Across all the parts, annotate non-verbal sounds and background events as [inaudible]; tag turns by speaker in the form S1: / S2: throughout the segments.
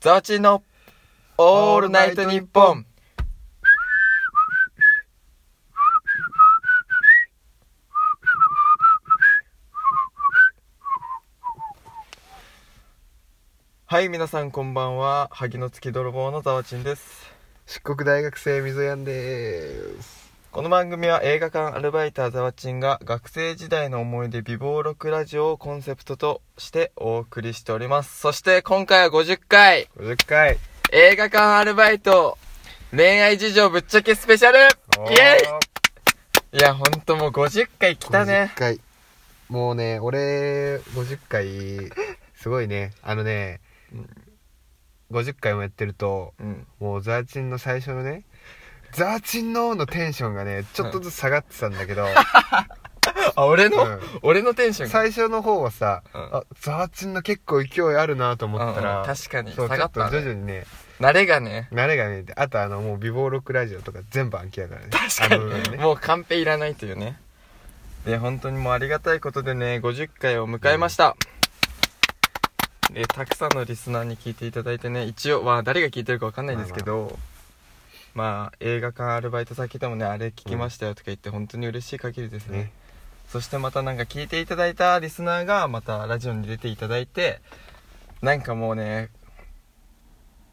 S1: ザチのオールナイトニッポン。はい、皆さんこんばんは。萩の月泥棒のザワチンです。
S2: 漆黒大学生みぞやんです
S1: この番組は映画館アルバイターザワチンが学生時代の思い出美貌録ラジオをコンセプトとしてお送りしております。そして今回は50回
S2: 50回
S1: 映画館アルバイト恋愛事情ぶっちゃけスペシャルイエイいや、ほんともう50回来たね
S2: 50。回もうね俺50回すごいねあのね、50回もやってると
S1: うん。
S2: もうザーチンの最初のねザーチンののテンションがねちょっとずつ下がってたんだけど、
S1: あ、俺の、
S2: うん
S1: 俺のテンションが。
S2: 最初の方はさ、
S1: うん
S2: あザーチンの結構勢いあるなと思ったら、
S1: うんうん確かに
S2: そう
S1: 下がったね
S2: ちょっと徐々にね
S1: 慣れがね、
S2: 慣れがねあとあのもう美貌録ラジオとか全部暗記だからね
S1: 確か
S2: あの部分
S1: に、
S2: ね
S1: もうカンペいらないというね。で、本当にもうありがたいことでね、50回を迎えました。で、たくさんのリスナーに聞いていただいてね、一応、まあ誰が聞いてるかわかんないんですけど、まあ、映画館アルバイト先でもね、あれ聞きましたよとか言って、本当に嬉しい限りですね
S2: ね
S1: そしてまたなんか聞いていただいたリスナーがまたラジオに出ていただいてなんかもうね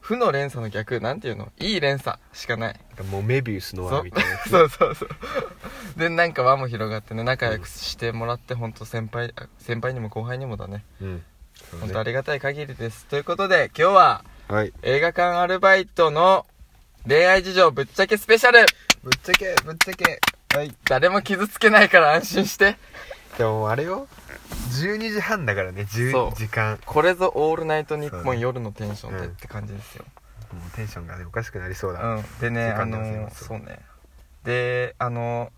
S1: 負の連鎖の逆なんていうのいい連鎖しかない
S2: なんかもうメビウスの輪みたいなやつ
S1: [laughs] そうそうそうでなんか輪も広がってね仲良くしてもらって本当先輩あ先輩にも後輩にもだね
S2: うん
S1: 本当ありがたい限りですということで今日は
S2: はい
S1: 映画館アルバイトの恋愛事情ぶっちゃけスペシャル
S2: ぶっちゃけぶっちゃけはい
S1: 誰も傷つけないから安心して
S2: でもあれよ12時半だからね
S1: そ
S2: 10
S1: う
S2: 時間
S1: これぞオールナイトニッ
S2: そ
S1: ポ
S2: う
S1: ン
S2: ね
S1: 夜のテンションでっ
S2: うん
S1: て感じですよ、
S2: もうテンションがねおかしくなりそうだ、
S1: うん、でね
S2: 時
S1: あ
S2: 間でござい
S1: の
S2: ます
S1: そうねであの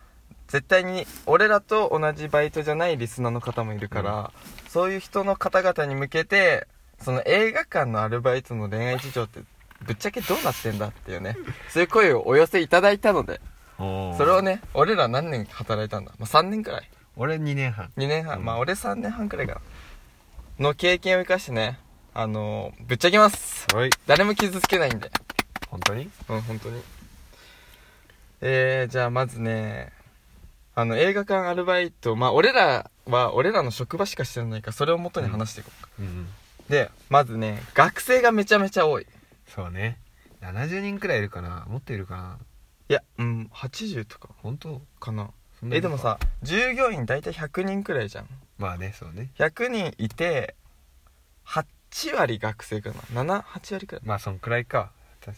S1: 絶対に俺らと同じバイトじゃないリスナーの方もいるから、そういう人の方々に向けてその映画館のアルバイトの恋愛事情ってぶっちゃけどうなってんだっていう
S2: [laughs]
S1: ねそういう声をお寄せいただいたのでそれをね俺ら何年働いたんだ、まあ、3年くらい
S2: 俺2年半
S1: 2年半、
S2: うん
S1: まあ俺3年半くらいかなの経験を生かしてねあのぶっちゃけます
S2: はい
S1: 誰も傷つけないんで
S2: 本当に
S1: うん本当にえー、じゃあまずねあの映画館アルバイトまあ俺らは俺らの職場しか知らないからそれを元に話していこうか、
S2: うん
S1: でまずね学生がめちゃめちゃ多い
S2: そうね70人くらいいるかなもっといるかない
S1: やうん80とか
S2: 本当
S1: かな
S2: そんない
S1: えで
S2: るか
S1: もさ従業員大体100人くらいじゃん
S2: まあねそうね
S1: 100人いて8割学生かな78割くらい
S2: まあそんくらいか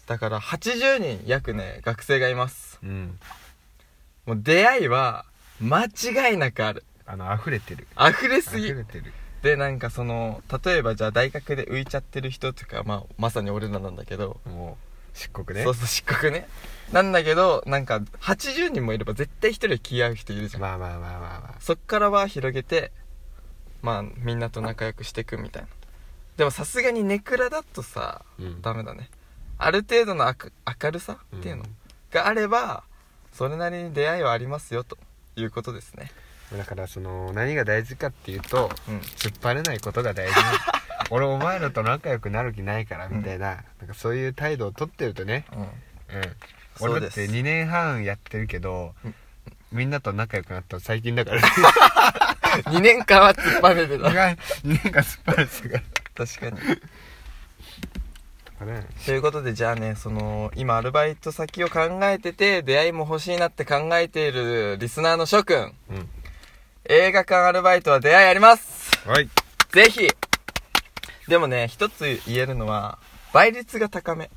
S1: だから80人約ね学生がいます
S2: うん
S1: もう出会いは間違いなくある
S2: あの溢れてる
S1: 溢れすぎ
S2: 溢れてる
S1: でなんかその例えばじゃあ大学で浮いちゃってる人とか、まあ、まさに俺らなんだけど、
S2: もう漆黒ね
S1: そうそう漆黒ねなんだけどなんか80人もいれば絶対一人は気合う人いるじゃん、
S2: まあまあまあまあま
S1: そっからは広げてまあみんなと仲良くしていくみたいなでもさすがにネクラだとさ
S2: あ、うん
S1: ダメだねある程度の明明るさっていうの、
S2: うん
S1: があればそれなりに出会いはありますよということですね
S2: だからその何が大事かっていうと [laughs]
S1: うん
S2: 突っ張れないことが大事 [laughs] な俺お前らと仲良くなる気ないからみたいな,、なんかそういう態度を取ってるとね、
S1: うん
S2: うん、
S1: そう
S2: 俺だ
S1: で
S2: っ
S1: す
S2: て2年半やってるけど、
S1: うん
S2: みんなと仲良くなったの最近だから
S1: 2年間は突っ張ねてた
S2: 2年間突っ張れ [laughs] てるか
S1: 確かに
S2: ら、ね、
S1: ということでじゃあねその今アルバイト先を考えてて出会いも欲しいなって考えているリスナーの諸君
S2: うん
S1: 映画館アルバイトは出会いあります
S2: はい
S1: ぜひでもね一つ言えるのは倍率が高め、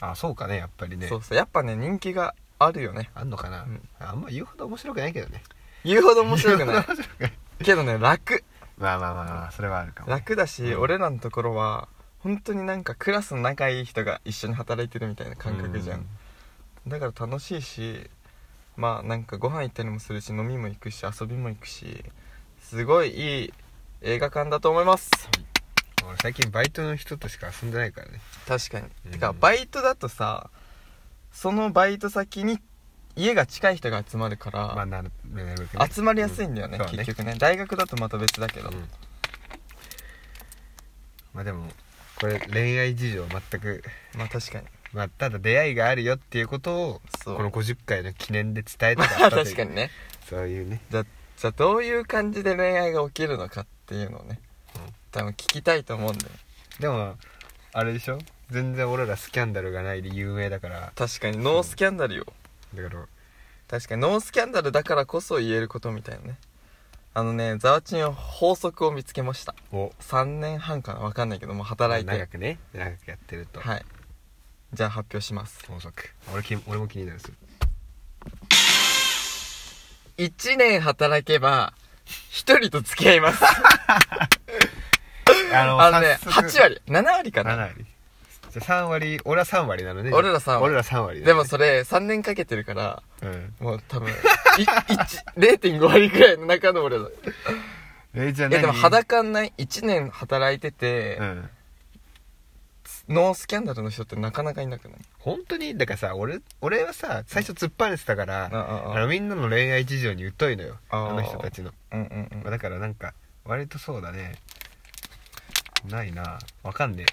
S2: あそうかねやっぱりね
S1: そうそうやっぱね人気があるよね
S2: あんのかな、
S1: うん
S2: あんま言うほど面白くないけどね
S1: 言うほど面白く
S2: [laughs]
S1: ない
S2: 言うほど面白くない
S1: けどね楽
S2: まあまあまあまあそれはあるかも
S1: 楽だし、
S2: うん
S1: 俺らのところは本当になんかクラスの仲いい人が一緒に働いてるみたいな感覚じゃん、だから楽しいしまあなんかご飯行ったりもするし飲みも行くし遊びも行くしすごいいい映画館だと思います
S2: うん俺最近バイトの人としか遊んでないからね
S1: 確かに、
S2: うん
S1: てかバイトだとさそのバイト先に家が近い人が集まるから、
S2: まあなるなるべくね
S1: 集まりやすいんだよね,、
S2: うそう
S1: 結局ね大学だとまた別だけど、
S2: うんまあでもこれ恋愛事情全く、 [laughs]
S1: まあ確かに
S2: まあ、ただ出会いがあるよっていうことを
S1: そう
S2: この50回の記念で伝えて
S1: ま
S2: かった
S1: あ
S2: という
S1: [laughs] 確かにね
S2: そういうね
S1: じゃじゃあどういう感じで恋愛が起きるのかっていうのをね、
S2: うん
S1: 多分聞きたいと思うんだよ
S2: でもあれでしょ全然俺らスキャンダルがないで有名だから
S1: 確かにノースキャンダルよ、
S2: だから
S1: 確かにノースキャンダルだからこそ言えることみたいなねあのねザワチンは法則を見つけました
S2: お
S1: 3年半かな分かんないけどもう働いて
S2: 長くね長くやってると
S1: はいじゃあ発表します
S2: 法則俺き俺も気になるっす
S1: 1年働けば1人と付き合います
S2: [laughs] あ
S1: あのね
S2: 早速
S1: 8割7割か
S2: 7
S1: な
S2: 割じゃあ3割俺は3割なのね
S1: 俺ら3割
S2: 俺ら3割だね
S1: でもそれ3年かけてるから
S2: うん
S1: もう多分い1 0.5割くらいの中の俺だ
S2: えじゃあ
S1: いやで
S2: 何
S1: も裸んない1年働いてて、
S2: うん
S1: ノースキャンダルの人ってなかなかいなくない
S2: 本当にだからさ俺俺はさ最初突っ張れてたから
S1: あ
S2: あのみんなの恋愛事情に疎いのよ
S1: あー
S2: あの人たちの
S1: うんうんうん
S2: まあだからなんか割とそうだねないなわかんね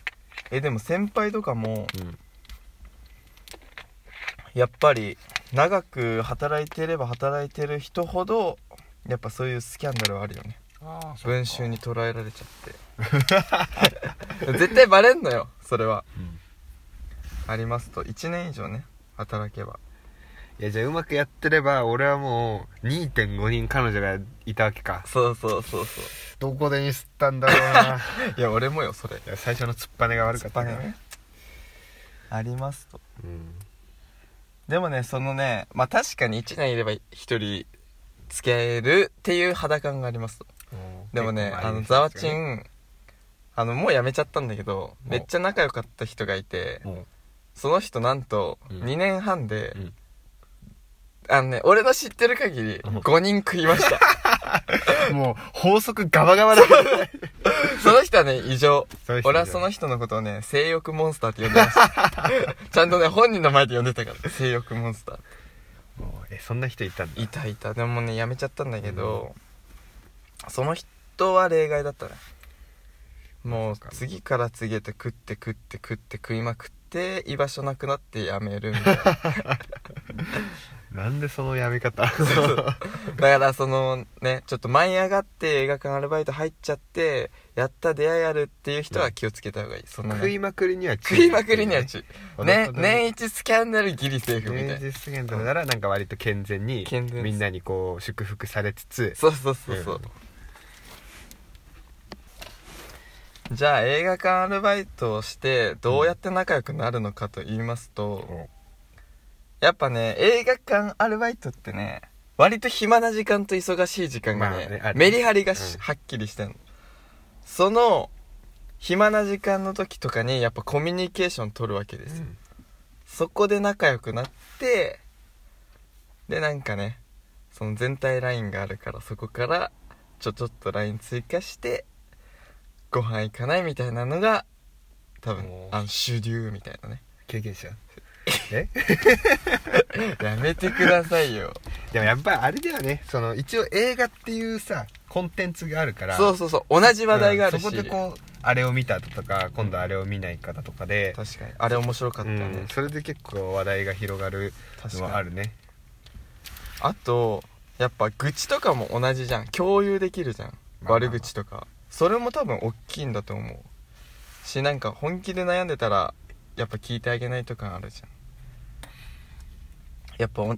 S1: えでも先輩とかも
S2: えうん
S1: やっぱり長く働いてれば働いてる人ほどやっぱそういうスキャンダルはあるよね
S2: ああ
S1: 文集に捉えられちゃって [laughs] 絶対バレんのよそれはありますと1年以上ね働けば
S2: いやじゃあうまくやってれば俺はもう2.5人彼女がいたわけか
S1: そうそうそうそ
S2: どこでミスったんだろうな
S1: ういや俺もよそれ
S2: [laughs] いや最初の突っぱねが悪かった
S1: 突っ張りねありますと
S2: うん
S1: でもねそのねまあ確かに1年いれば1人付き合えるっていう肌感がありますとでもね、あの、ザワチン、あの、もう辞めちゃったんだけど、
S2: お
S1: めっちゃ仲良かった人がいて、
S2: も
S1: その人なんと、
S2: うん
S1: 2年半で
S2: うん、
S1: あのね、俺の知ってる限り、
S2: うん
S1: 5人食いま
S2: [laughs]
S1: した。
S2: うもう法則ガバガバだ
S1: その人はね、異常
S2: その。人
S1: 俺はその人のことをね、性欲モンスターって呼んでました。
S2: [laughs]
S1: ちゃんとね、本人の前で呼んでたから、性欲モンスター。
S2: もうえそんな人いたんだ
S1: いたいた。でもね、辞めちゃったんだけど、その人は例外だったね。もう
S2: そうか
S1: 次から次へと食って食って食って食いまくって居場所なくなってやめるみ
S2: [laughs]
S1: たいなだ
S2: なんでそのやめ
S1: か
S2: 方 [laughs]
S1: らそのねちょっと舞い上がって映画館アルバイト入っちゃってやった出会いあるっていう人は気をつけた方がいい、その
S2: 食いまくりには注意
S1: 食いまくりには
S2: [laughs]
S1: 注意ね
S2: ね
S1: 年一スキャンダルギリセーフみた
S2: 年
S1: いな
S2: 次出現とかならなんか割と健全に
S1: 健全です
S2: みんなにこう祝福されつつ
S1: そうそうそうそう、じゃあ映画館アルバイトをしてどうやって仲良くなるのかと言いますと、
S2: うん
S1: やっぱね映画館アルバイトってね割と暇な時間と忙しい時間が
S2: まあ
S1: ね,、
S2: ねある
S1: メリハリがし、
S2: うん
S1: はっきりしてんのその暇な時間の時とかにやっぱコミュニケーション取るわけですよ、
S2: うん
S1: そこで仲良くなってでなんかねその全体ラインがあるからそこからちょちょっとライン追加してご飯行かないみたいなのが多分
S2: おー
S1: あの主流みたいなね
S2: 経
S1: [laughs]
S2: 験者え
S1: やめてください
S2: [laughs]
S1: よ
S2: でもやっぱりあれだよねその一応映画っていうさコンテンツがあるから
S1: そうそうそう同じ話題があるし、
S2: うんそこでこうあれを見たとか今度あれを見ない方とかで、
S1: 確かにあれ面白かったね、
S2: うんそれで結構話題が広がる
S1: 確
S2: の
S1: かに
S2: はあるね
S1: あとやっぱ愚痴とかも同じじゃん共有できるじゃん
S2: まあ
S1: 悪口とかそれも多分大きいんだと思うしなんか本気で悩んでたらやっぱ聞いてあげないとかあるじゃんやっぱお好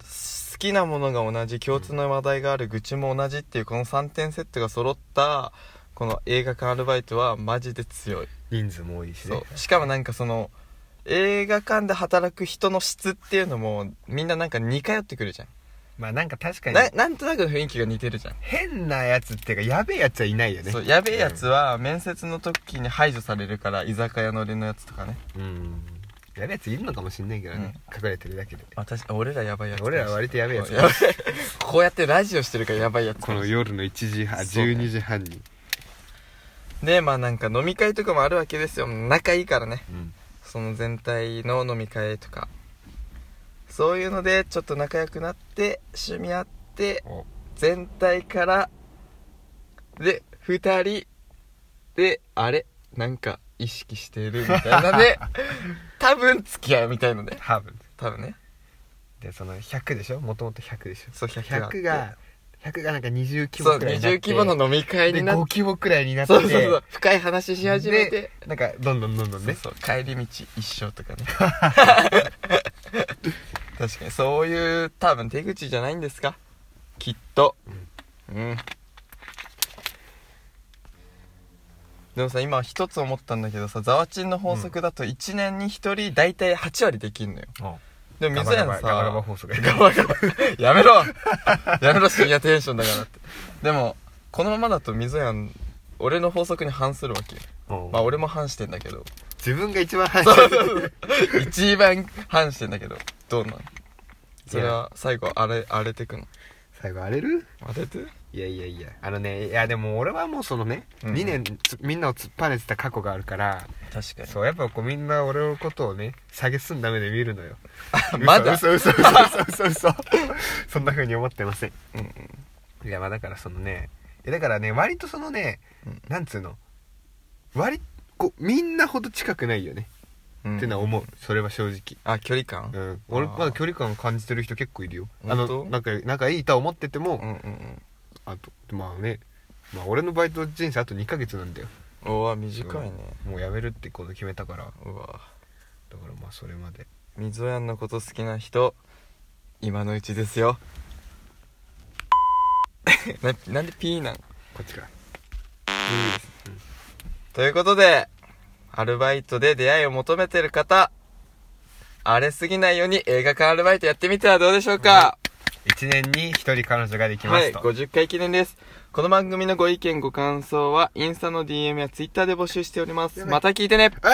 S1: きなものが同じ共通の話題がある愚痴も同じっていうこの3点セットが揃ったこの映画館アルバイトはマジで強い
S2: 人数も多いし
S1: そ
S2: ね
S1: うしかもなんかその映画館で働く人の質っていうのもみんななんか似通ってくるじゃん
S2: まあなんか確かに
S1: ななんとなくの雰囲気が似てるじゃん、
S2: 変なやつっていうかやべえやつはいないよね
S1: そうやべえやつは面接の時に排除されるから居酒屋の俺のやつとかね
S2: うん、うんやべえやついるのかもしんないけどね、隠れてるだけで
S1: 私俺らやばいやつ
S2: 俺ら割とやべえやつ
S1: やばい [laughs] こうやってラジオしてるからやばいやつ
S2: この夜の1時半
S1: そうね
S2: 12時半に、
S1: でまあなんか飲み会とかもあるわけですよ仲いいからね
S2: うん
S1: その全体の飲み会とかそういうのでちょっと仲良くなって趣味あって
S2: お
S1: 全体からで2人であれなんか意識しているみたいな
S2: [laughs]
S1: ね多分付き合いみたいのね
S2: 多分
S1: 多分ね
S2: でその100でしょもともと100でしょ
S1: そう100
S2: 100が100がなんか20規
S1: そう
S2: 模くらいになって
S1: 20規模の飲み会
S2: で
S1: になっ
S2: 5
S1: て
S2: 規模くらいになって
S1: そうそうそう深い話し始めて
S2: でなんかどんどんどんどんね
S1: そうそう帰り道一生とか
S2: [laughs]
S1: ね確かにそういう多分手口じゃないんですかきっとうん、でもさ今一つ思ったんだけどさざわちんの法則だと1年に1人大体8割できんのよでも
S2: ガ
S1: 水
S2: バガ
S1: 谷
S2: バ
S1: さ
S2: ガバガバ放送が
S1: ガバガバやめろやめろ深夜テンションだからってでもこのままだと水谷俺の法則に反するわけよ
S2: うん
S1: まあ俺も反してんだけど
S2: 自分が一番早い
S1: そうそうそう [laughs] 一番反してんだけどどうなんそれは最後荒れ荒れてくの
S2: 最後荒れる
S1: 荒れて
S2: いやいやいやあのねいやでも俺はもうそのね、
S1: うん
S2: 2年つみんなを突っぱねてた過去があるから
S1: 確か
S2: そうやっぱこうみんな俺のことをね下げすんだ目で見るのよ
S1: [laughs] まだ
S2: 嘘嘘嘘嘘嘘嘘嘘 [laughs] そんな風に思ってません
S1: うん
S2: いやまあだからそのねいやだからね割とそのね、
S1: うん
S2: なんつうの割こうみんなほど近くないよね、
S1: うん、
S2: ってのは思うそれは正直
S1: あ距離感
S2: うん、俺
S1: あー
S2: まだ距離感を感じてる人結構いるよあ
S1: 本当
S2: のなんか仲いいとは思ってても、
S1: うんうん
S2: あとまあね、まあ、俺のバイト人生あと2ヶ月なんだよ
S1: うんうわ短いね
S2: もう辞めるってこと決めたからだか
S1: うわ
S2: らまあそれまで
S1: 溝やんのこと好きな人今のうちですよ [laughs] ななんでピーなん
S2: こっちから
S1: ということで、アルバイトで出会いを求めてる方、荒れすぎないように映画館アルバイトやってみてはどうでしょうか、
S2: 1年に1人彼女ができま
S1: は
S2: す
S1: い、
S2: と、
S1: 50回記念です。この番組のご意見、ご感想は、インスタの DM や Twitter で募集しております。また聞いてね